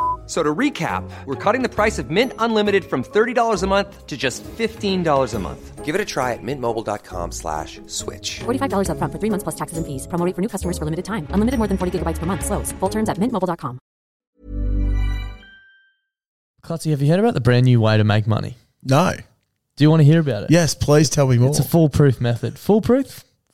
f- So to recap, we're cutting the price of Mint Unlimited from $30 a month to just $15 a month. Give it a try at mintmobile.com slash switch. $45 up front for three months plus taxes and fees. Promoting for new customers for limited time. Unlimited more than 40 gigabytes per month. Slows. Full terms at mintmobile.com. Clutzy, have you heard about the brand new way to make money? No. Do you want to hear about it? Yes, please tell me more. It's a foolproof method. Foolproof?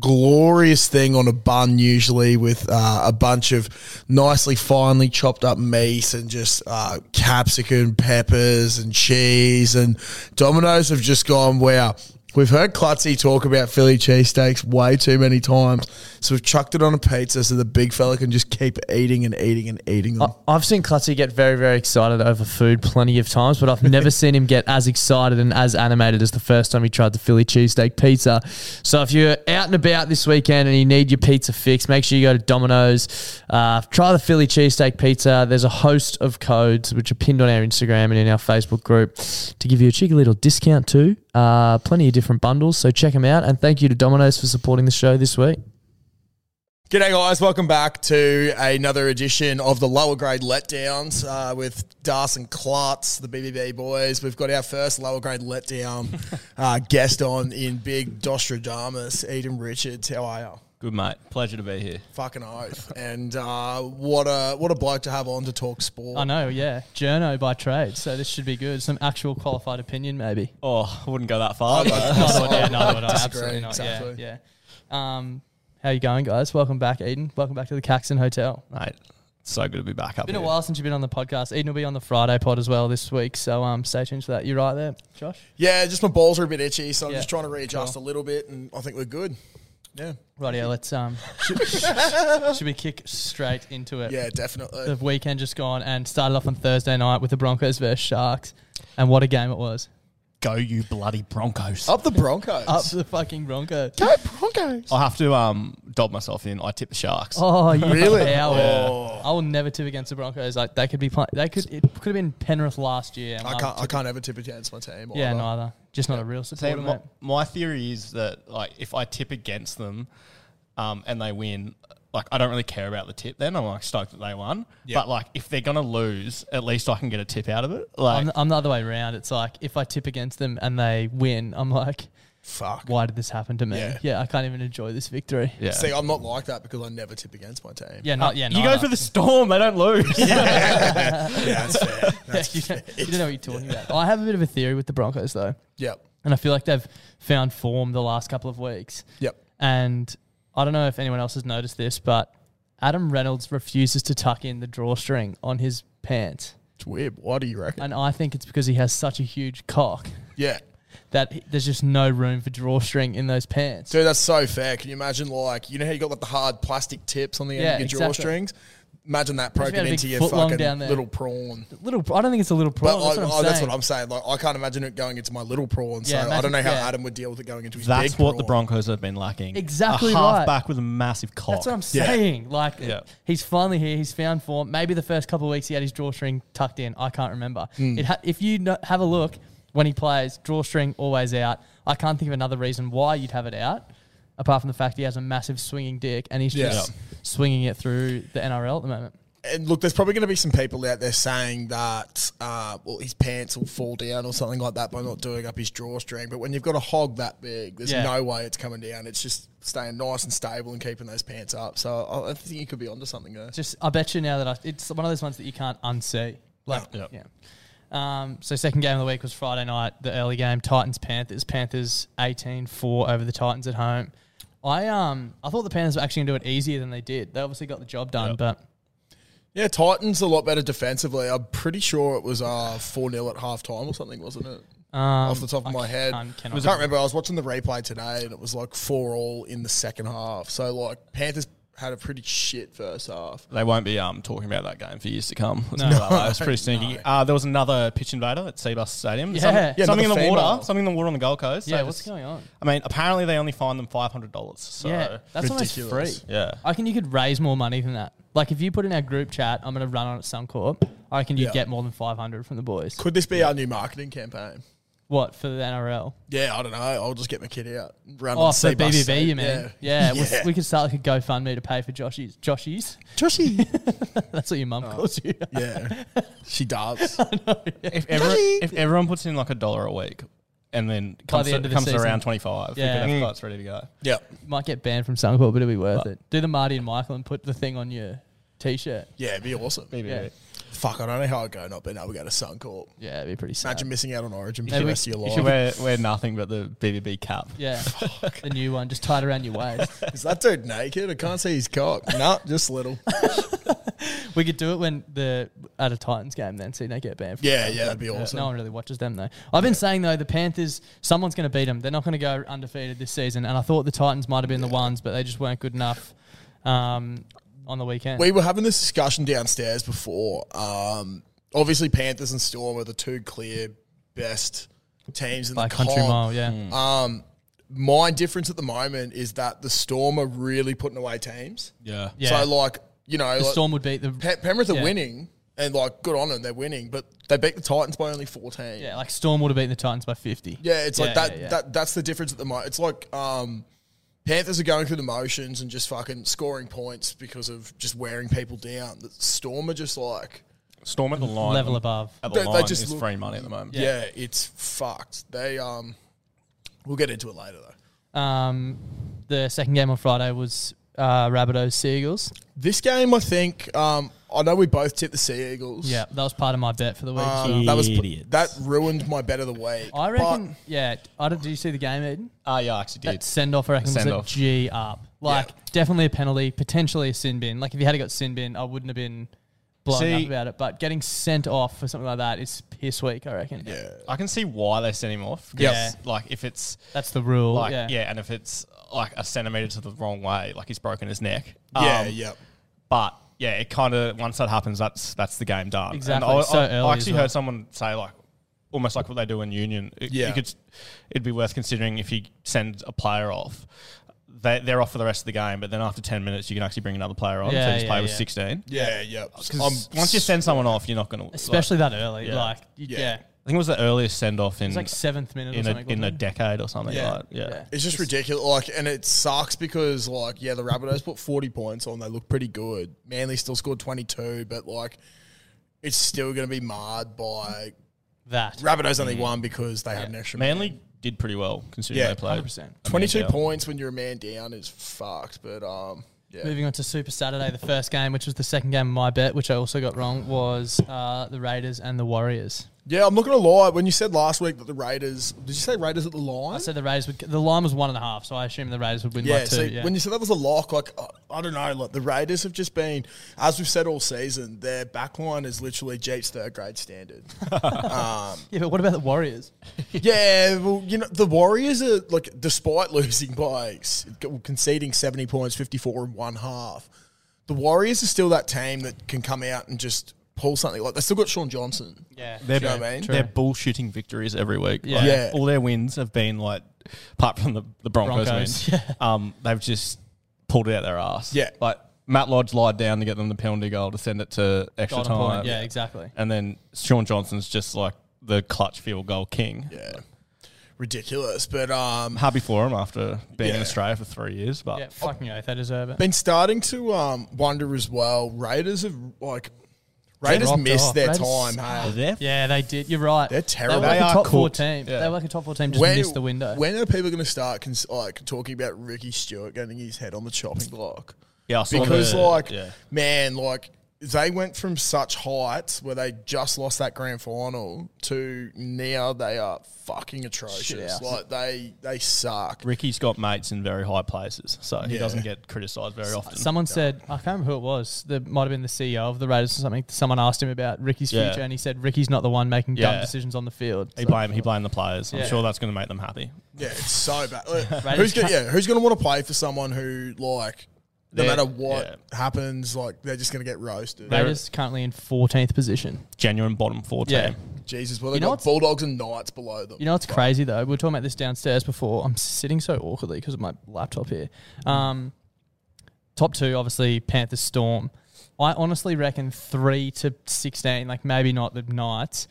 glorious thing on a bun, usually with uh, a bunch of nicely finely chopped up meat and just uh, capsicum, peppers, and cheese. And Domino's have just gone, wow. We've heard Klutzy talk about Philly cheesesteaks way too many times. So we've chucked it on a pizza so the big fella can just keep eating and eating and eating them. I- I've seen Clutzy get very, very excited over food plenty of times, but I've never seen him get as excited and as animated as the first time he tried the Philly cheesesteak pizza. So if you're out and about this weekend and you need your pizza fix, make sure you go to Domino's. Uh, try the Philly cheesesteak pizza. There's a host of codes which are pinned on our Instagram and in our Facebook group to give you a cheeky little discount too. Uh, plenty of different bundles, so check them out. And thank you to Domino's for supporting the show this week. G'day, guys. Welcome back to another edition of the Lower Grade Letdowns uh, with Darson Klutz, the BBB boys. We've got our first Lower Grade Letdown uh, guest on in Big Dostradamus, Eden Richards. How are you? Good mate, pleasure to be here. Fucking oath. And uh, what a what a bloke to have on to talk sport. I know, yeah. Journo by trade, so this should be good. Some actual qualified opinion, maybe. Oh, I wouldn't go that far. I- but- Not what I- not what I- disagree, absolutely not. exactly. Yeah, yeah. Um, how you going, guys? Welcome back, Eden. Welcome back to the Caxton Hotel. mate, it's so good to be back up Been here. a while since you've been on the podcast. Eden will be on the Friday pod as well this week, so um, stay tuned for that. You right there, Josh? Yeah, just my balls are a bit itchy, so I'm Yeah. just trying to readjust a little bit, and I think we're good. Yeah. Right, yeah. Let's um, should we kick straight into it? Yeah, definitely. The weekend just gone and started off on Thursday night with the Broncos versus Sharks, and what a game it was! Go you bloody Broncos. Up the Broncos. Up the fucking Broncos. Go Broncos. I have to um dob myself in. I tip the Sharks. Oh, you Really? coward. Oh. I will never tip against the Broncos. Like they could be play- they could it could have been Penrith last year. and I I'll can't. I tip- can't ever tip against my team. yeah, either. neither. Just not a real See, supporter. my, mate. my theory is that like if I tip against them, um, and they win, like I don't really care about the tip. Then I'm like stoked that they won. But like if they're gonna lose, at least I can get a tip out of it. Like I'm, the- I'm the other way around. It's like if I tip against them and they win, I'm like, Fuck. why did this happen to me? Yeah. Yeah, I can't even enjoy this victory. yeah. Uh, See, I'm not like that because I never tip against my team. Yeah, not yeah. you go neither. for the storm, they don't lose. yeah that's fair. That's you, fair. don't, you don't know what you're talking about. I have a bit of a theory with the Broncos though, Yep. and I feel like they've found form the last couple of weeks. Yep. And I don't know if anyone else has noticed this, but Adam Reynolds refuses to tuck in the drawstring on his pants. It's weird. Why do you reckon? And I think it's because he has such a huge cock yeah. that he- there's just no room for drawstring in those pants. Dude, that's so fair. Can you imagine, like, you know how you got like the hard plastic tips on the end Yeah, of your exactly. drawstrings? Imagine that Imagine broken we had a into big your foot long fucking down there. little prawn. Little, I don't think it's a little But prawn. I, that's, what I- I'm that's saying. what I'm saying. Like I can't imagine it going into my little prawn. Yeah, so I don't imagine- know how yeah. Adam would deal with it going into his That's big what the prawn. Broncos have been lacking. Exactly a right. halfback with a massive cock. That's what I'm Yeah. saying. Like, Yeah. he's finally here. He's found form. Maybe the first couple of weeks he had his drawstring tucked in. I can't remember. Hmm. It ha- if you no- have a look when he plays, drawstring always out. I can't think of another reason why you'd have it out, apart from the fact he has a massive swinging dick and he's Yeah. just swinging it through the NRL at the moment. And look, there's probably going to be some people out there saying that, uh, well, his pants will fall down or something like that by not doing up his drawstring. But when you've got a hog that big, there's Yeah. no way it's coming down. It's just staying nice and stable and keeping those pants up. So I, I think you could be onto something there. It's Just, I bet you now that I, it's one of those ones that you can't unsee. Like, Yeah. yeah. Um, so second game of the week was Friday night, the early game, Titans Panthers. Panthers 18-4 over the Titans at home. I um I thought the Panthers were actually gonna do it easier than they did. They obviously got the job done, but Yeah, Titans a lot better defensively. I'm pretty sure it was uh, 4 0 at half time or something, wasn't it? Off the top of Um, I my head. can- I cannot can't remember. I was watching the replay today and it was like 4 all in the second half. So, like, Panthers had a pretty shit first half. They won't be um, talking about that game for years to come. Let's put it that way. It's pretty sneaky. Uh, there was another pitch invader at Seabus Stadium. Yeah. Something, Yeah, something in the another water. female. Something in the water on the Gold Coast. yeah, So what's just- going on? I mean, apparently they only fined them five hundred dollars. So yeah, that's ridiculous. almost free. Yeah. I reckon you could raise more money than that. Like if you put in our group chat, I'm gonna run on at Suncorp. I reckon you'd Yeah. get more than 500 from the boys. Could this be our new marketing campaign? What for the NRL? Yeah, I don't know. I'll just get my kid out. and Run Oh, on for sea bus BBB, state. you mean? Yeah, we- We, could start like a GoFundMe to pay for Joshies. Joshies, Joshy. that's what your Oh. mum calls you. yeah, she does. If, every, if everyone puts in like a dollar a week, and then comes, the to, end of the comes to season. around twenty five, Yeah. Mm. yeah, we could have guys ready to go. yeah, Might get banned from Suncorp, but it'll be worth it. Do the Marty and Michael and put the thing on your t-shirt. yeah, it'd be awesome. Maybe. Yeah. Fuck, I don't know how I go not being able to go to Suncorp. Yeah, it'd be pretty sad. Imagine missing out on Origin for Yeah, the we- rest of your You life. should wear, wear nothing but the BBB cap. yeah, the new one just tied around your waist. Is that dude naked? I can't see his cock. no, just little. we could do it when the at a Titans game then, so you don't get banned. From Yeah, yeah, that'd be awesome. No one really watches them though. I've been saying though the Panthers, someone's going to beat them. They're not going to go undefeated this season, and I thought the Titans might have been the ones, but they just weren't good enough um, on the weekend. We were having this discussion downstairs before. Um, obviously, Panthers and Storm are the two clear best teams in by the country comp. mile, yeah. My difference at the moment is that the Storm are really putting away teams. Yeah. Yeah. So like you know, the like, Storm would beat the Pe- Penrith are yeah. winning, and like good on them, they're winning. But they beat the Titans by only fourteen. Yeah, like Storm would have beaten the Titans by fifty. Yeah, it's like Yeah, that, yeah, yeah. that. That's the difference at the moment. It's like um, Panthers are going through the motions and just fucking scoring points because of just wearing people down. The Storm are just like, Storm at the line. Level above. At the They- they line just is look- free money at the moment. yeah. it's fucked. They um, we'll get into it later though. Um, the second game on Friday was uh, Rabbitohs Seagulls. This game, I think, um, I know we both tipped the Sea Eagles. Yeah, that was part of my bet for the week. as Uh, Um, well. that was Idiots. that ruined my bet of the week. I But- reckon. yeah, I don't, did you see the game, Eden? Uh, Ah, yeah, I actually did. That send off, I reckon, was a Send-off. G up. Like Yeah. definitely a penalty, potentially a sin bin. Like if you had got sin bin, I wouldn't have been blown See- up about it. But getting sent off for something like that is piss weak, I reckon. Yeah, I can see why they sent him off. 'cause, Yeah. Like if it's that's the rule. like yeah. yeah. and if it's like a centimeter to the wrong way, like he's broken his neck. yeah, Um, yeah. But yeah, it kind of once that happens, that's that's the game done. And Exactly, I, so I- I early as actually well. heard someone say like almost like what they do in union. It, Yeah. you could, it'd be worth considering if you send a player off. They, they're off for the rest of the game, but then after ten minutes, you can actually bring another player on. so Yeah, you just yeah, play with yeah. sixteen. Yeah, yeah. Because once you send someone off, you're not going to. especially that early. Yeah. Like you- Yeah. yeah. I think it was the earliest send off in It's like seventh minute or in a, something. in a wasn't it? decade or something. Yeah. like, yeah. Yeah. It's just ridiculous. Like, and it sucks because, like, yeah, the Rabbitohs put 40 points on. They look pretty good. Manly still scored 22, but, like, it's still going to be marred by that. Rabbitohs only won because they had an extra man. Mm. Manly did pretty well considering Yeah, they played. 100%. 22 down. points when you're a man down is fucked, but, um, yeah. Moving on to Super Saturday, the first game, which was the second game of my bet, which I also got wrong, was uh, the Raiders and the Warriors. Yeah, I'm not going to lie. When you said last week that the Raiders, did you say Raiders at the line? I said the Raiders would. The line was one and a half, so I assume the Raiders would win by Yeah, two. so yeah. when you said that was a lock, like uh, I don't know, like the Raiders have just been, as we've said all season, their back line is literally Jeep's third grade standard. yeah, but what about the Warriors? yeah, well, you know the Warriors are like, despite losing by s- conceding seventy points, fifty four in one half, the Warriors are still that team that can come out and just pull something. Like they still got Sean Johnson. Yeah. They're, know what I mean? they're bullshitting victories every week. Yeah. Like, Yeah. All their wins have been like, apart from the, the Broncos, Broncos, win, um, they've just pulled it out their ass. Yeah. Like Matt Lodge lied down to get them the penalty goal to send it to extra Golden time. point. Yeah, exactly. And then Sean Johnson's just like the clutch field goal king. Yeah, ridiculous. But um, Happy for him after being in Yeah. Australia for three years, but Yeah, fucking oath, they deserve it. been starting to um wonder as well. Raiders have like Raiders rocked missed off. their Raiders- time. Hey. they're Yeah, they did. You're right. They're terrible. They were like They a are top four cooked. team. Yeah. They were like a top four team. Just missed the window. When are people going to start cons- like talking about Ricky Stewart getting his head on the chopping block? Yeah, I saw because the- like yeah. man, like they went from such heights where they just lost that grand final to now they are fucking atrocious. Shithouse. Like they they suck. Ricky's got mates in very high places, so he doesn't get criticised very often. Someone said, I can't remember who it was. That might have been the CEO of the Raiders or something. Someone asked him about Ricky's Yeah. future, and he said Ricky's not the one making dumb Yeah. decisions on the field. he So- blamed he blamed the players. I'm Yeah. sure that's going to make them happy. Yeah, it's so bad. Like, Raiders who's gonna, can't- yeah, who's going to want to play for someone who like no They're- matter what yeah. happens, like they're just going to get roasted. Raiders currently in 14th position. Genuine bottom four team. Yeah. Jesus, well they You know got what's- Bulldogs and Knights below them. You know what's crazy though? We were talking about this downstairs before. I'm sitting so awkwardly because of my laptop here. Um, top two, obviously Panthers Storm. I honestly reckon three to sixteen, like maybe not the Knights.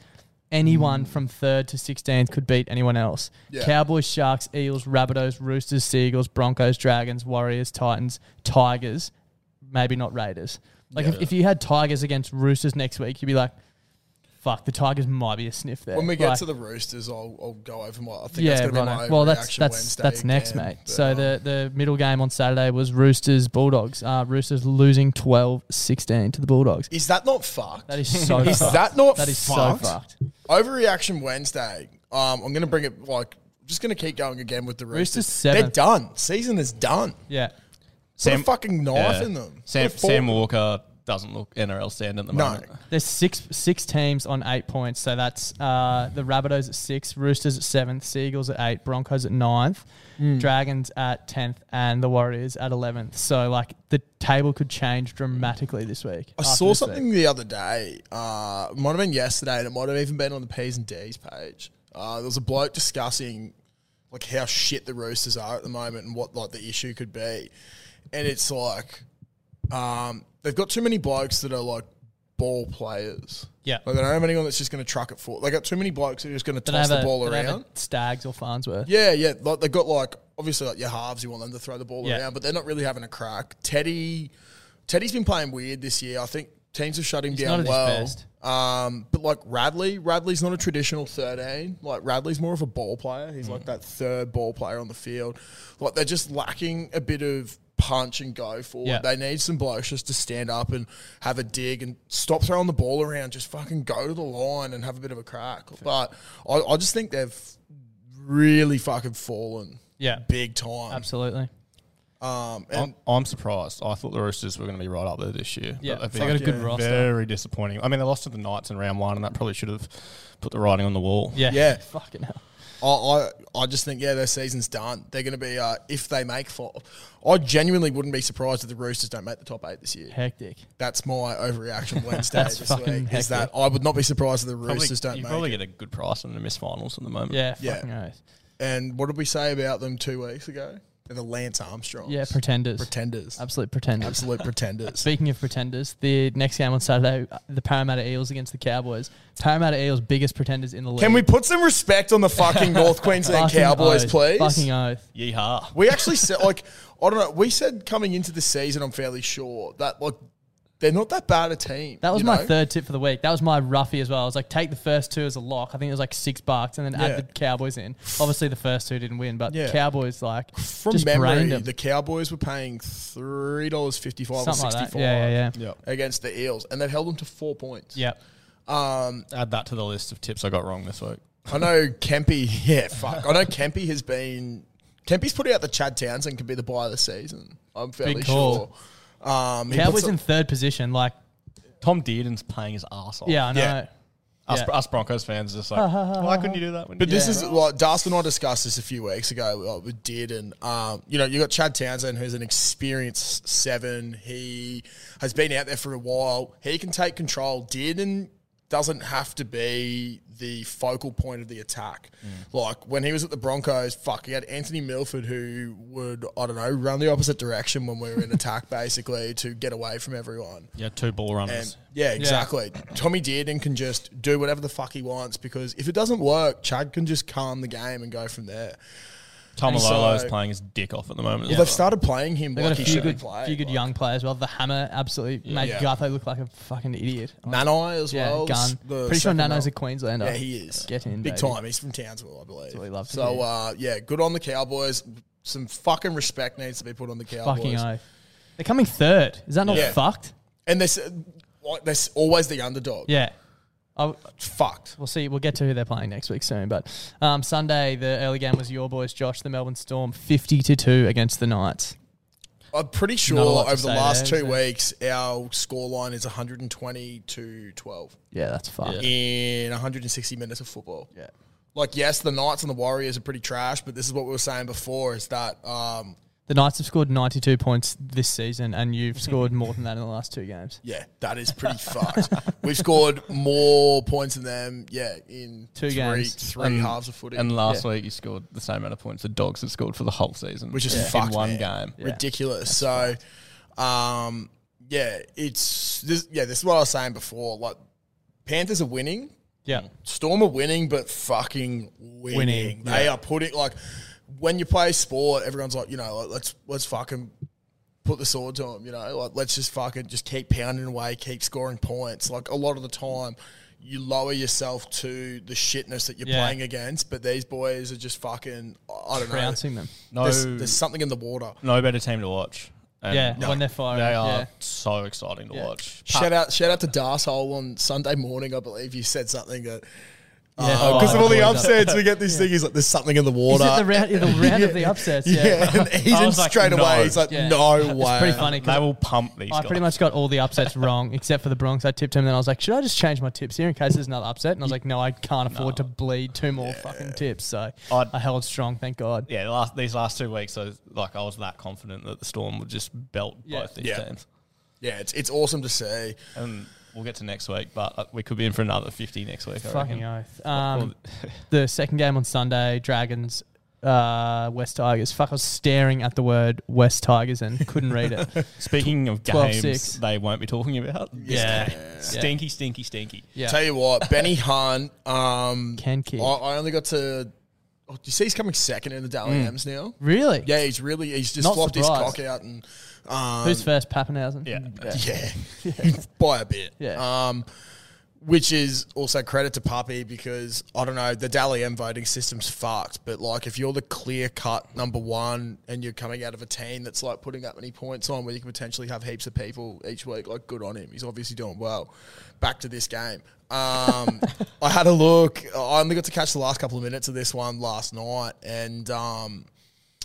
Anyone from third to sixteenth could beat anyone else. Mm. Yeah. Cowboys, Sharks, Eels, Rabbitohs, Roosters, Seagulls, Broncos, Dragons, Warriors, Titans, Tigers. Maybe not Raiders. Like if, if you had Tigers against Roosters next week, you'd be like, "Fuck, the Tigers might be a sniff there." when we get Like- to the Roosters, I'll, I'll go over my. I think that's going to righto. be my well, that's overreaction that's Wednesday that's next, again, mate. but, So um, the the middle game on Saturday was Roosters Bulldogs. Uh, Roosters losing 12-16 to the Bulldogs. is that not fucked? That is so. Is fucked. that not That is fucked? so fucked. Overreaction Wednesday. Um, I'm going to bring it like just going to keep going again with the Roosters. Roosters They're seventh. done. Season is done. Yeah. Put a fucking knife in them. Sam, Put a fork- Sam Walker doesn't look NRL stand at the No. moment. There's six six teams on eight points, so that's uh, the Rabbitohs at six, Roosters at seventh, Seagulls at eight, Broncos at ninth, Hmm. Dragons at tenth, and the Warriors at eleventh. So like the table could change dramatically this week. I after saw this something week. the other day. Uh, it might have been yesterday, and it might have even been on the P's and D's page. Uh, there was a bloke discussing like how shit the Roosters are at the moment and what like the issue could be, and it's like um, they've got too many blokes that are like ball players. Yeah. like they don't have anyone that's just going to truck it forward. They got too many blokes that are just going to Do they toss have the a- ball do they have a around. Stags or Farnsworth. Yeah, yeah. Like they've got like obviously like your halves, you want them to throw the ball Yeah. around, but they're not really having a crack. Teddy Teddy's been playing weird this year. I think teams have shut him down not at his well. best. Um, but like Radley, Radley's not a traditional thirteen. Like Radley's more of a ball player. He's Mm. like that third ball player on the field. Like they're just lacking a bit of punch and go forward. Yeah. They need some blokes just to stand up and have a dig and stop throwing the ball around. Just fucking go to the line and have a bit of a crack. But I, I just think they've really fucking fallen. Yeah. Big time. Absolutely. Um, and I'm, I'm surprised. I thought the Roosters were going to be right up there this year. Yeah, But they been got a good roster. Very disappointing. I mean, they lost to the Knights in round one, and that probably should have put the writing on the wall. Yeah. Yeah. Fucking hell. I, I, I just think, yeah, their season's done. They're going to be, uh, if they make five, I genuinely wouldn't be surprised if the Roosters don't make the top eight this year. Hectic. That's my overreaction Wednesday That's this fucking week. Is hectic. that I would not be surprised if the Probably, Roosters you don't probably make it. get a good price on the miss finals at the moment. Yeah, Yeah. fucking oath. And what did we say about them two weeks ago? They're the Lance Armstrong. Yeah, pretenders. Pretenders. Absolute pretenders. Absolute pretenders. Speaking of pretenders, the next game on Saturday, uh, the Parramatta Eels against the Cowboys. Parramatta Eels, biggest pretenders in the league. Can we put some respect on the fucking North Queensland Fucking Cowboys, oath. please? Fucking oath. Yeehaw. We actually said like I don't know. We said coming into the season, I'm fairly sure that like they're not that bad a team. That was you my know? third tip for the week. That was my roughie as well. I was like, take the first two as a lock. I think it was like six bucks, and then Yeah. add the Cowboys in. Obviously, the first two didn't win, but Yeah. Cowboys like From just memory, brained 'em. the Cowboys were paying three dollars fifty five or Something like sixty that. five Yeah, yeah, yeah. against the Eels, and they've held them to four points. Yep. Um, Add that to the list of tips I got wrong this week. I know Kempy. Yeah, fuck. I know Kempy has been. Kempy's put out the Chad Townsend could be the buy of the season. I'm fairly Big sure. call. Um, he puts Cowboys up- in third position. Like, Tom Dearden's paying his ass off. yeah, I know. Yeah. Us, Yeah. us Broncos fans are just like, why couldn't you do that? When But you this is like Darcy and I discussed this a few weeks ago. What we did, and um, you know, you got Chad Townsend, who's an experienced seven. He has been out there for a while. He can take control. Dearden doesn't have to be the focal point of the attack. Like when he was at the Broncos, fuck, he had Anthony Milford, who would I don't know run the opposite direction when we were in attack, basically to get away from everyone. yeah, two ball runners. And yeah, exactly. Tommy Dearden can just do whatever the fuck he wants because if it doesn't work, Chad can just calm the game and go from there. Tom and Alolo's so- playing his dick off at the moment. Well, they've started playing him They've like got a he few should good, be playing. few good like. young players. Well, the hammer absolutely made Yeah. Gartho look like a fucking idiot. Nanai as yeah, well. gun. the Pretty sure second Nano's row. a Queenslander. Yeah, he is. Get in, baby. Big time. He's from Townsville, I believe. what we love to So, hear. uh, yeah, good on the Cowboys. Some fucking respect needs to be put on the Cowboys. Fucking oh. They're coming third. Is that not Yeah. fucked? And they're, s- like, they're s- always the underdog. Yeah. I, Fucked. we'll see. We'll get to who they're playing next week soon. But um, Sunday, the early game was your boys, Josh, the Melbourne Storm, fifty to two against the Knights. I'm pretty sure Not a lot to over the say last there, two is there? weeks, our scoreline is 120 to 12 Yeah, that's fucked. in 160 minutes of football. Yeah. Like, yes, the Knights and the Warriors are pretty trash, but this is what we were saying before is that um, The Knights have scored ninety two points this season, and you've scored more than that in the last two games. Yeah, that is pretty fucked. We've scored more points than them. Yeah, in Two three, games. three And- halves of footy, And last week you scored the same amount of points the Dogs had scored for the whole season, which is in fucked. one man. game. ridiculous. so, um, yeah, it's this, yeah. This is what I was saying before. Like, Panthers are winning. Yeah, Storm are winning, but fucking winning. Winning, They are putting like when you play sport, everyone's like, you know, like, let's let's fucking put the sword to them. You know, like let's just fucking just keep pounding away, keep scoring points. Like a lot of the time, you lower yourself to the shitness that you're Yeah. playing against, but these boys are just fucking. I don't trouncing know. them. No, There's, there's something in the water. no better team to watch. And Yeah, when they're firing. They are yeah. so exciting to watch. Shout out, shout out to Darsole on Sunday morning. I believe you said something that uh, Yeah, oh, because of all the boys up. upsets, we get this thing. He's like, "There's something in the water." Is it the round, the round of the upsets? Yeah. and he's I in was like, straight away. no. He's like, Yeah. no It's way. pretty funny They because will pump these I guys. pretty much got all the upsets wrong except for the Bronx. I tipped him, then I was like, should I just change my tips here in case there's another upset? And I was like, no, I can't afford to bleed two more fucking tips. So I'd- I held strong, thank God. yeah, the last, these last two weeks, I was, like I was that confident that the Storm would just belt Yeah. both these Yeah. teams. Yeah, it's, it's awesome to see. And we'll get to next week, but uh, we could be in for another fifty next week. I Fucking reckon. oath. Um, the second game on Sunday, Dragons, uh, West Tigers. Fuck, I was staring at the word West Tigers and couldn't read it. Speaking of 12-6. games, they won't be talking about. yeah. stinky, stinky, stinky. Yeah. Tell you what, Benny Hunt. Um, Can I, kick. I only got to. Oh, do you see he's coming second in the Daly Mm. M's now? Really? Yeah, he's really he's just Not flopped his surprised. cock out and um, Who's first, Pappenhausen? Yeah. yeah, by a bit. Yeah. Um, which is also credit to Puppy because I don't know the Dally M voting system's fucked. But like, if you're the clear cut number one and you're coming out of a team that's like putting that many points on, where you can potentially have heaps of people each week, like good on him. He's obviously doing well. Back to this game. Um, I had a look. I only got to catch the last couple of minutes of this one last night, and um,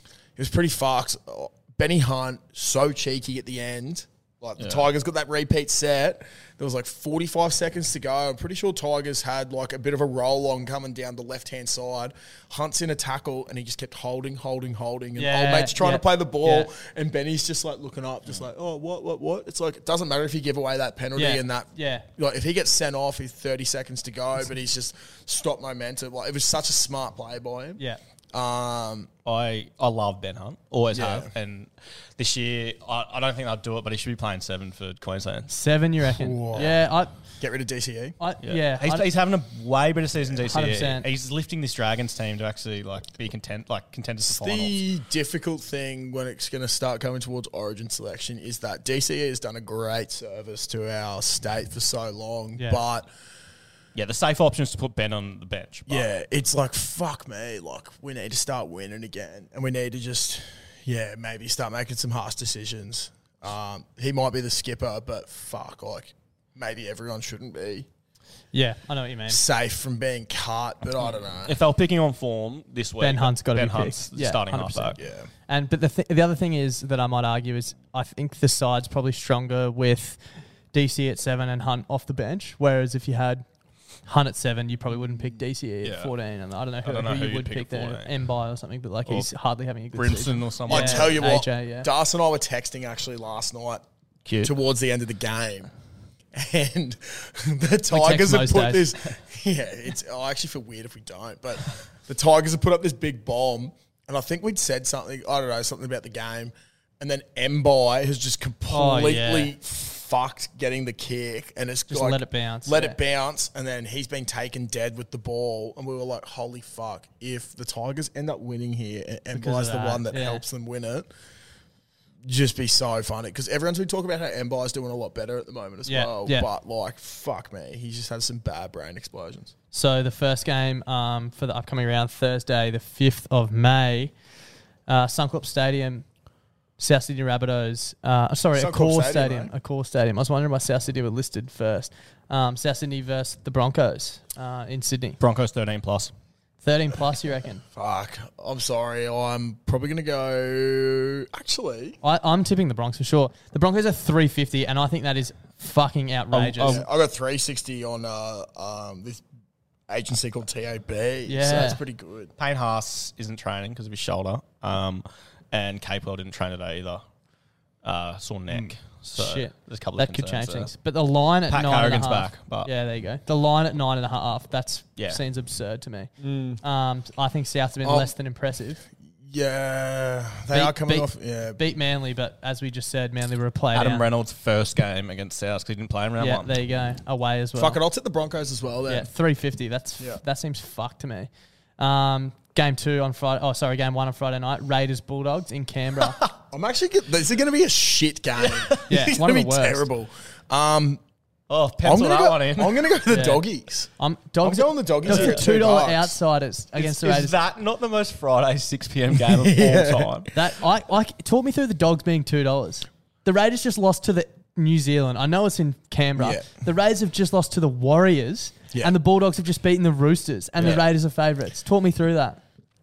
it was pretty fucked. Oh, Benny Hunt so cheeky at the end. Like the Tigers got that repeat set. There was like 45 seconds to go. I'm pretty sure Tigers had like a bit of a roll on coming down the left hand side. Hunt's in a tackle and he just kept holding, holding, holding. And Yeah, old mate's trying yeah, to play the ball. yeah. And Benny's just like looking up, just like, oh, what, what, what? It's like, it doesn't matter if you give away that penalty Yeah, and that. yeah. Like if he gets sent off, he's 30 seconds to go, but he's just stopped momentum. Like it was such a smart play by him. Yeah. Um, I, I love Ben Hunt, always Yeah. have. And this year, I, I don't think I'll do it, but he should be playing seven for Queensland. Seven, you reckon? Whoa. Yeah. I, get rid of E. DCE. I, yeah. he's, I- he's having a way better season this year. 100%. He's lifting this Dragons team to actually like be content, like contenders for finals. The difficult thing when it's going to start coming towards Origin selection is that DCE has done a great service to our state for so long, Yeah. but Yeah, the safe option is to put Ben on the bench. but yeah, it's like fuck me, like we need to start winning again, and we need to just yeah maybe start making some harsh decisions. Um, he might be the skipper, but fuck, like maybe everyone shouldn't be yeah, I know what you mean. safe from being cut, but I don't know. If they were picking on form this week, Ben Hunt's got to Ben be Hunt's picked. Yeah, starting 100%. halfback. Yeah. And but the th- the other thing is that I might argue is I think the side's probably stronger with DC at seven and Hunt off the bench. Whereas if you had Hunt at seven, you probably wouldn't pick DCE at Yeah. 14. And I don't know who, don't know who who you you'd would pick pick, at there, 14. Embi or something, but like he's hardly having a good season. Brimson or someone. I tell you what, AJ, yeah. Darson and I were texting actually last night Cute. towards the end of the game. And the text Tigers have most put days. this. Yeah, it's. I actually feel weird if we don't, but the Tigers have put up this big bomb, and I think we'd said something. I don't know something about the game, and then Mbai has just completely Oh, yeah. fucked getting the kick, and it's Just like- let it bounce, let yeah. it bounce, and then he's been taken dead with the ball, and we were like, "Holy fuck!" If the Tigers end up winning here, and Because Mbai's of the that, one that yeah. helps them win it just be so funny because everyone's been talking about how Embiid's doing a lot better at the moment as Yeah, well. yeah. But like, fuck me, he's just had some bad brain explosions. So the first game um, for the upcoming round, Thursday, the 5th of May, uh, Suncorp Stadium, South Sydney Rabbitohs. Uh, sorry, Suncorp a core Stadium, stadium. eh? A core stadium. I was wondering why South Sydney were listed first. Um, South Sydney versus the Broncos uh, in Sydney. Broncos 13 plus. 13 plus, you reckon? Fuck, I'm sorry. I'm probably gonna go. Actually, I, I'm tipping the Bronx for sure. The Broncos are 350, and I think that is fucking outrageous. I'll- I got 360 on uh, um, this agency called TAB. so Yeah. that's pretty good. Payne Haas isn't training because of his shoulder. Um, and Capewell didn't train today either. Uh, sore neck. So Hmm. Shit, there's a couple that of could concerns change there. things. But the line at Pat nine and a Carrigan's half- back, but- yeah, there you go. The line at nine and a half. That's Yeah. seems absurd to me. Mm. Um, I think South's been less than impressive. Yeah, Oh. they Beat- are coming beat- off. Yeah, beat Manly, but as we just said, Manly were a player. Adam down. Reynolds' first game against South because he didn't play in round Yeah, one. there you go. Away as well. fuck it. I'll tip the Broncos as well. Then. Yeah, three fifty. That's Yeah. that seems fucked to me. Um, game two on Friday. Oh, sorry, game one on Friday night. Raiders Bulldogs in Canberra. I'm actually. Get, this is gonna be a shit game. Yeah, it's one gonna of be the worst. terrible. Um, Oh, I'm pencil gonna that go. one in. I'm gonna go to the Yeah. doggies. I'm dogs. I'm going the doggies Dogs here are at two dollar $2. outsiders against the is Raiders. that not the most Friday 6 p.m. game of all time? That I like talk me through the dogs being two dollars. The Raiders just lost to the New Zealand. I know it's in Canberra. Yeah. The Raiders have just lost to the Warriors, Yeah. and the Bulldogs have just beaten the Roosters, and the Yeah. Raiders are favourites. Talk me through that.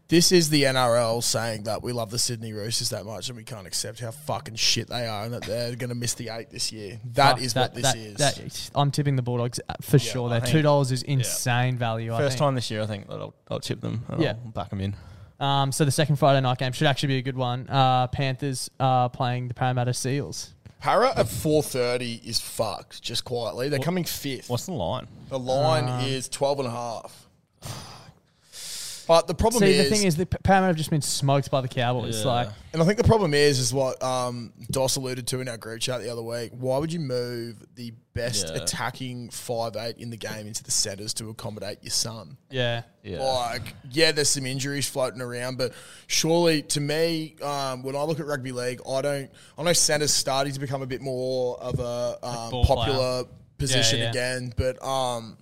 This is the NRL saying that we love the Sydney Roosters that much and we can't accept how fucking shit they are and that they're going to miss the eight this year. That Fuck, is that- what this that- is. that is- I'm tipping the Bulldogs uh, for sure. Their think- two dollars is insane value. I think. First time this year, I think that I'll, I'll chip them and Yeah. I'll back them in. Um, so the second Friday night game should actually be a good one. Uh, Panthers are playing the Parramatta Seals. Para at four thirty is fucked. Just quietly, they're coming fifth. What's the line? The line Ah. is 12 and a half. But the problem See, is, the thing is, the P- Parramatta have just been smoked by the Cowboys. Like, and I think the problem is, is what um, Doss alluded to in our group chat the other week. Why would you move the best Yeah. attacking five eight in the game into the centres to accommodate your son? yeah, Yeah. Like, yeah, there's some injuries floating around, but surely to me, um, when I look at rugby league, I don't. I know centre's starting to become a bit more of a um, ball popular position yeah. again, but. Um,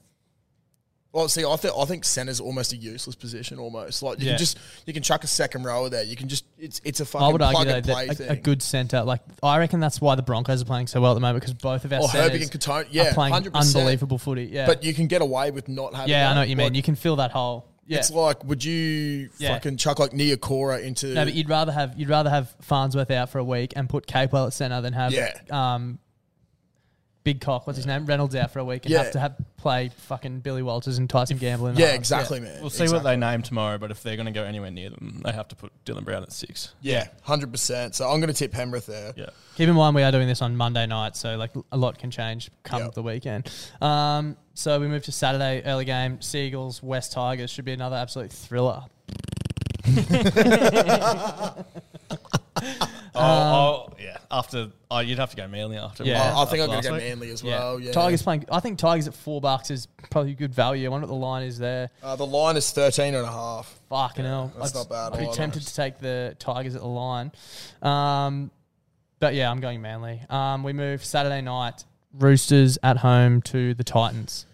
well, see, I, th- I think center's almost a useless position, almost. Like you Yeah. can just you can chuck a second rower there. You can just it's it's a fucking I would argue plug though, and play that thing. a, a good centre, like I reckon that's why the Broncos are playing so well at the moment because both of our Or centres Herbig Oh, and Cotone, yeah, are playing 100%. unbelievable footy. Yeah, but you can get away with not having. yeah, that. I know what you mean. Like, you can fill that hole. Yeah, It's like, would you Yeah. fucking chuck like Neocora into? no, but you'd rather have you'd rather have Farnsworth out for a week and put Capewell at centre than have Yeah. um, Big Cock, what's his name, Reynolds out for a week and Yeah. have to have play fucking Billy Walters and Tyson Gamble. In the yeah, halves. exactly, man. We'll see what they name tomorrow, but if they're going to go anywhere near them, they have to put Dylan Brown at six. Yeah, hundred percent. So I'm going to tip Penrith there. Yeah. Keep in mind we are doing this on Monday night, so like a lot can change come Yep. the weekend. Um, so we move to Saturday early game. Seagulls West Tigers should be another absolute thriller. Oh, oh, yeah. After oh, you'd have to go Manly after. Um, Yeah. Uh, I, I think I'm going to After go last week. Manly as well. Oh, Yeah, Tigers playing. I think Tigers at four bucks is probably good value. I wonder what the line is there. Uh, the line is 13 and a half. Fucking hell, that's I'd- not bad I'd be either. tempted to take the Tigers at the line, um, but yeah, I'm going Manly. Um, we move Saturday night. Roosters at home to the Titans.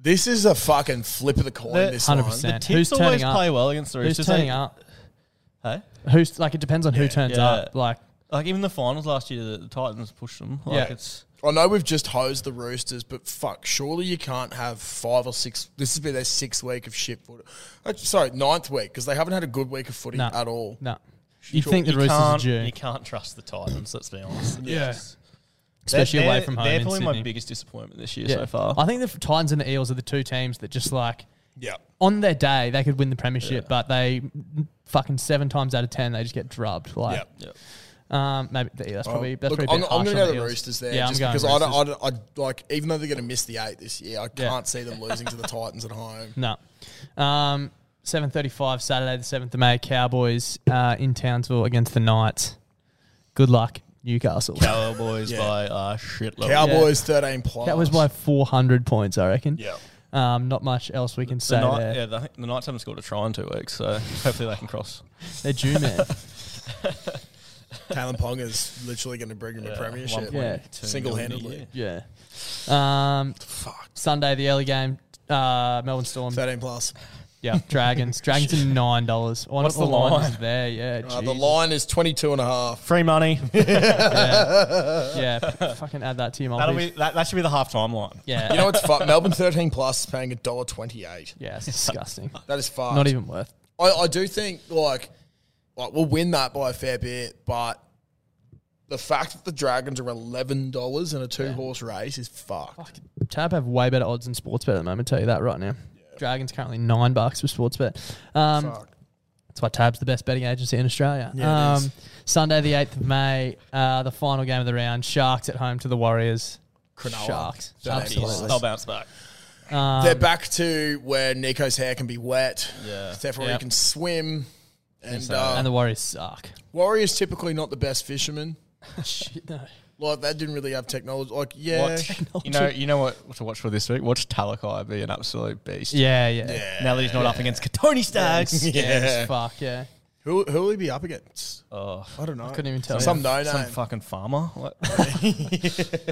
This is a fucking flip of the coin. The- this Hundred one. percent. Who's Tips always turning up? play well against the Who's Roosters. turning They- up? Hey? Who's like? It depends on who turns yeah. up. Like Like even the finals last year, the, the Titans pushed them. Like Yeah. it's I know we've just hosed the Roosters, but fuck, surely you can't have five or six. This has been their sixth week of shit footy. Uh, Sorry, ninth week because they haven't had a good week of footy No. at all. No. You'd think the you Roosters are can't due. you can't trust the Titans. Let's be honest. Yeah. especially They're- away from home. They're in probably my Sydney. biggest disappointment this year Yeah. so far. I think the Titans and the Eels are the two teams that just like Yeah. on their day they could win the premiership, but they fucking seven times out of ten they just get drubbed. Like, Yeah. um, maybe yeah, that's probably that's Look, probably. I'm, a bit I'm harsh going to go on to the Eels. Roosters there, Yeah, just I'm going because I don't, Roosters. I don't, I like, even though they're going to miss the eight this year, I can't see them losing to the Titans at home. No. Um, 7.35 Saturday the 7th of May, Cowboys uh, in Townsville against the Knights. Good luck, Newcastle. Cowboys Yeah. by uh, shitload. Cowboys 13 plus. Cowboys by 400 points, I reckon. Yeah. Um, not much else we can The say night, there. yeah, the, the Knights haven't scored a try in two weeks, so hopefully they can cross. They're due, man. Talon Pong is literally going to bring them a premiership. Yeah. Single handedly. yeah. Um, Fuck. Sunday, the early game, uh, Melbourne Storm. 13 plus. Yeah, Dragons. Dragons are nine dollars. Oh, What's not the line? is there, yeah. Uh, the Jesus. line is 22 and a half. Free money. Yeah, fucking add that to your That'll multi. be, that, that should be the halftime line. yeah, You know what's fucked? Melbourne 13 plus is paying $1.28. yeah, it's disgusting. That is fucked. not even worth. I, I do think, like, like, we'll win that by a fair bit, but the fact that the Dragons are $11 in a two horse race is fucked. Tab have way better odds than Sportsbet at the moment. Tell you that right now. Dragons currently nine bucks for Sportsbet. Um, Fuck. that's why Tab's the best betting agency in Australia. Yeah, um, it is. Sunday the eighth of May, uh, the final game of the round. Sharks at home to the Warriors. Cronulla. Sharks. Don't Absolutely. They'll bounce back. They're Um, back to where Nico's hair can be wet. Yeah. Therefore, Yeah. he can swim. And, uh, And the Warriors suck. Warriors typically not the best fishermen. Shit, no. Like, that didn't really have technology. Like, yeah. What? You know, you know what to watch for this week? Watch Talakai be an absolute beast. Yeah, yeah. yeah. Now that he's not up against Katoni Stags. Yeah. Fuck yeah. Who, who will he be up against? I don't know. Couldn't even tell Some you. no Some name. fucking farmer. What?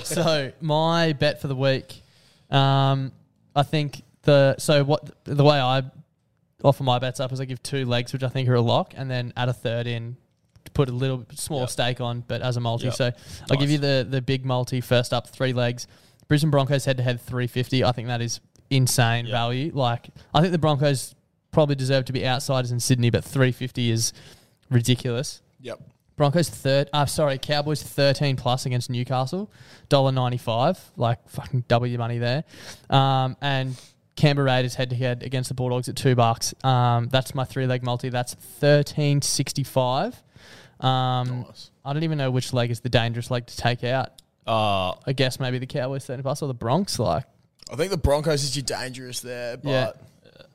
so my bet for the week, um, I think the so what the way I offer my bets up is I give two legs, which I think are a lock, and then add a third in to put a little small stake on, but as a multi. Yep. So I'll give you the the big multi first up, three legs. Brisbane Broncos head to head three fifty. I think that is insane value. Like I think the Broncos probably deserve to be outsiders in Sydney, but three fifty is ridiculous. Yep. Broncos third. Uh, sorry, Cowboys thirteen plus against Newcastle, dollar ninety five. Like fucking double your money there. Um, and Canberra Raiders head to head against the Bulldogs at two bucks. Um, that's my three leg multi. That's thirteen sixty five. Um, I don't even know which leg is the dangerous leg to take out. Uh, I guess maybe the Cowboys thirteen plus or the Bronx. Like, I think the Broncos is your dangerous there, Uh, but yeah.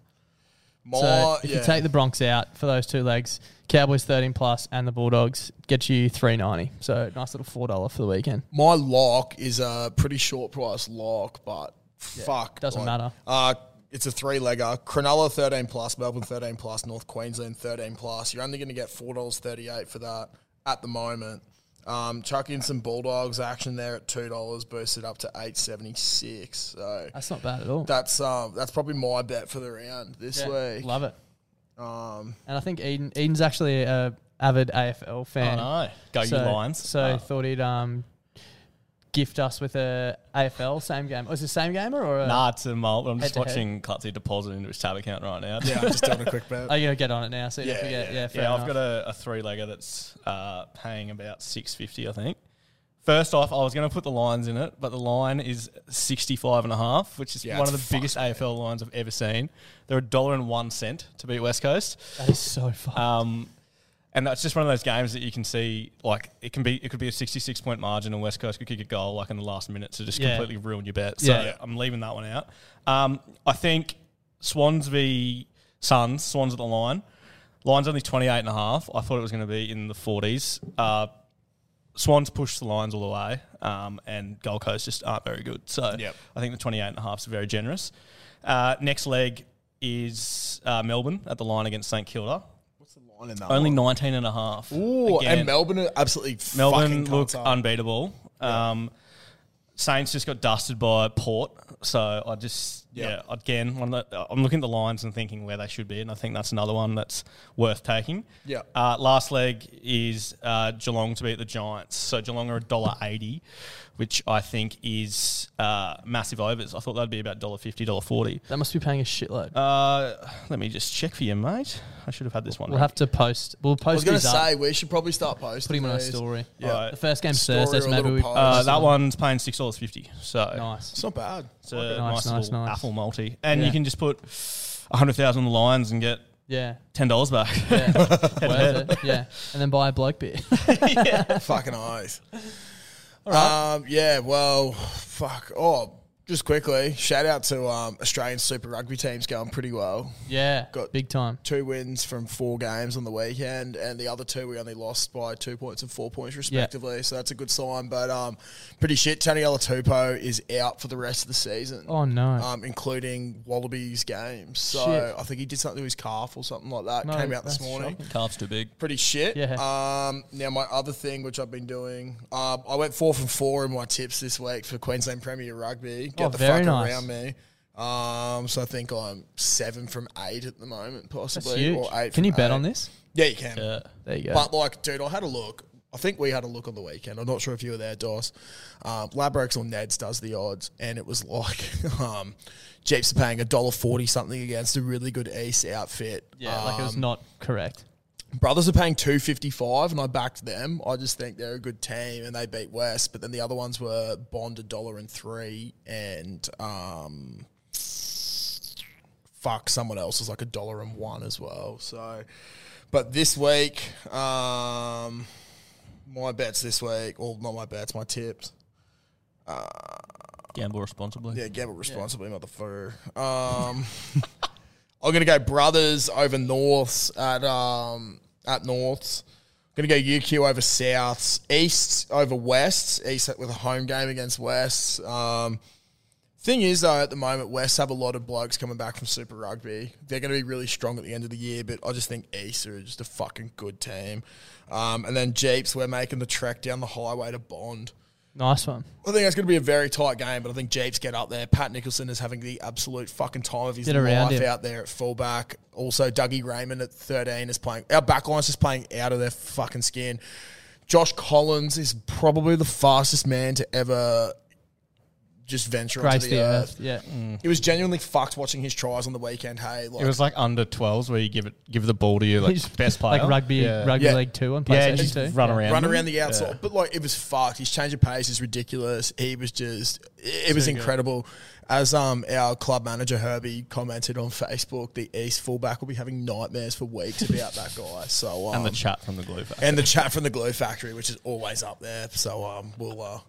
my, So if yeah. you take the Bronx out for those two legs, Cowboys thirteen plus and the Bulldogs get you three ninety. So nice little four dollar for the weekend. my lock is a pretty short price lock, but fuck. doesn't matter. Uh, it's a three legger. Cronulla 13 plus, Melbourne 13 plus, North Queensland 13 plus. You're only going to get $4.38 for that at the moment. Um, chuck in some Bulldogs action there at $2, boost it up to 876 So That's not bad at all. that's um, that's probably my bet for the round this Yeah, week. Love it. Um, and I think Eden Eden's actually a avid AFL fan. Oh, no. Go so, you Lions. So Uh, thought he'd um gift us with a AFL same game. Was it the same gamer or a, nah, it's a malt. I'm just Head to head. watching Clutzy deposit into his tab account right now. Yeah, I'm just doing a quick bet. Are you gonna get on it now? So you don't Yeah, forget. Yeah, yeah, fair Yeah, I've enough. got a, a three legger that's uh, paying about six fifty, I think. First off, I was going to put the lines in it, but the line is 65 and a half, which is Yeah, one of it's the biggest AFL lines I've ever seen. They're a dollar and one cent to beat West Coast. that is so fun. Um, and that's just one of those games that you can see, like it can be, it could be a sixty-six point margin, and West Coast could kick a goal like in the last minute to just Yeah. completely ruin your bet. So Yeah. I'm leaving that one out. Um, I think Swans v Suns, Swans at the line. Line's only 28 and a half. I thought it was going to be in the 40s. Uh, Swans pushed the lines all the way, um, and Gold Coast just aren't very good. So Yep. I think the 28 and a half is very generous. Uh, next leg is uh, Melbourne at the line against St Kilda. Line in that Only one. 19 and a half. Ooh, Again, and Melbourne are absolutely Melbourne fucking look cunts, aren't they? unbeatable. Um, Saints just got dusted by Port, so I just Yeah. yeah again one of the, I'm looking at the lines and thinking where they should be, and I think that's another one that's worth taking. Yeah. Uh, last leg is uh, Geelong to beat the Giants, so Geelong are a dollar eighty, which I think is uh, massive overs. I thought that'd be about dollar fifty, dollar forty. That must be paying a shitload. Uh, let me just check for you, mate. I should have had this one. we'll ready. have to post. We'll I was post going these to up. say, we should probably start posting. Put him on our these. story. Yeah. The first game's Story Thursday, or so a maybe little we post. Uh, that one's paying six dollars fifty. So nice. It's not bad. It's a Nice, nice, nice, little nice. apple multi, and Yeah. you can just put a hundred thousand on the lines and get Yeah. ten dollars back. Yeah. Worth it. Yeah. And then buy a bloke beer. Fucking eyes. Um, yeah, well, fuck. Oh, just quickly, shout out to um, Australian Super Rugby teams going pretty well. yeah. Got- Big time. Two wins from four games on the weekend, and the other two we only lost by two points and four points respectively. So that's a good sign. But um, pretty shit. Tony Alatupo is out for the rest of the season. Oh, no. Um, including Wallabies games. So Shit. I think he did something to his calf or something like that. No, Came out this that's morning shocking. Calf's too big. pretty shit. Yeah. Um, now my other thing, which I've been doing, um, I went four from four in my tips this week for Queensland Premier Rugby. Get Oh, the very fuck nice. around me. Um, so I think I'm seven from eight at the moment, possibly. That's huge. Or eight Can you from bet eight. on this? Yeah, you can. There you go. But like, dude, I had a look. I think we had a look on the weekend. I'm not sure if you were there, Doss. Um, Labrex or Neds does the odds, and it was like um, Jeeps are paying a dollar forty something against a really good East outfit. yeah. like it was um, not correct. Brothers are paying two fifty five, and I backed them. I just think they're a good team, and they beat West. But then the other ones were Bond a dollar and three, and um, fuck, someone else was like a dollar and one as well. So, but this week, um, my bets this week, or not my bets, my tips. Gamble responsibly. Yeah, gamble responsibly, motherfucker. Um, I'm gonna go Brothers over Norths at um at Norths. Gonna go UQ over Souths, East over Wests. East with a home game against Wests. Um, thing is though, at the moment, Wests have a lot of blokes coming back from Super Rugby. They're gonna be really strong at the end of the year, but I just think East are just a fucking good team. Um, and then Jeeps, we're making the trek down the highway to Bond. Nice one. I think that's going to be a very tight game, but I think Jeeps get up there. Pat Nicholson is having the absolute fucking time of his Get around life him. out there at fullback. Also, Dougie Raymond at 13 is playing. Our backline's just playing out of their fucking skin. Josh Collins is probably the fastest man to ever just venture Grace onto the, earth. Yeah. It was genuinely fucked watching his tries on the weekend. Hey, like, It was like under 12s where you give it give the ball to you like best player. Like rugby, Yeah. rugby Yeah. league two on PlayStation Yeah, you just two. run Yeah. around. run them. around the outside. But like it was fucked. His change of pace is ridiculous. He was just it, it was incredible. As um our club manager Herbie commented on Facebook, the East fullback will be having nightmares for weeks about that guy. So um, And the chat from the glue factory. and the chat from the glue factory, which is always up there. So um we'll uh,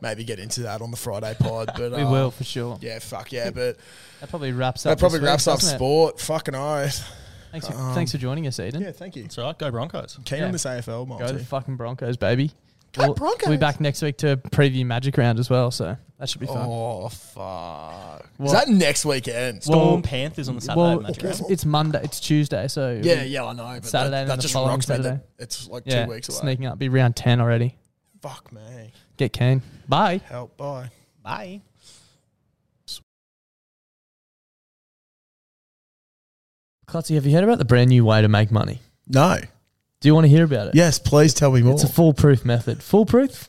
maybe get into that on the Friday pod. But We uh, will for sure. Yeah, fuck yeah, but That probably wraps up. that probably this week, wraps up doesn't it? sport. Um, Fucking oath. Thanks for, thanks for joining us, Eden. Yeah, thank you. It's all right. Go Broncos. Keen Yeah. on this AFL, Go the Monty. fucking Broncos, baby. Go Broncos. We'll be back next week to preview Magic Round as well, so that should be fun. Oh fuck! Is What? that next weekend? Storm Well- Panthers on the Saturday. well, Magic it's, Round. it's Monday. It's Tuesday, so Yeah, yeah, I know. But that- Saturday that, and then the just following rocks me. Saturday. that It's like yeah, two weeks away. Sneaking up, be round ten already. Fuck me. Get keen. Bye. Help, bye. Bye. Clutzy, have you heard about the brand new way to make money? No. Do you want to hear about it? Yes, please tell me more. It's a foolproof method. Foolproof?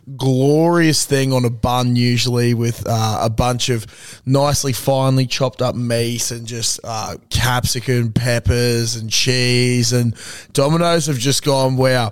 glorious thing on a bun, usually with uh, a bunch of nicely finely chopped up meat and just uh, capsicum, peppers, and cheese. And Domino's have just gone, wow.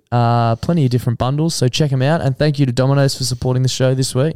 Uh, plenty of different bundles, so check them out. And thank you to Domino's for supporting the show this week.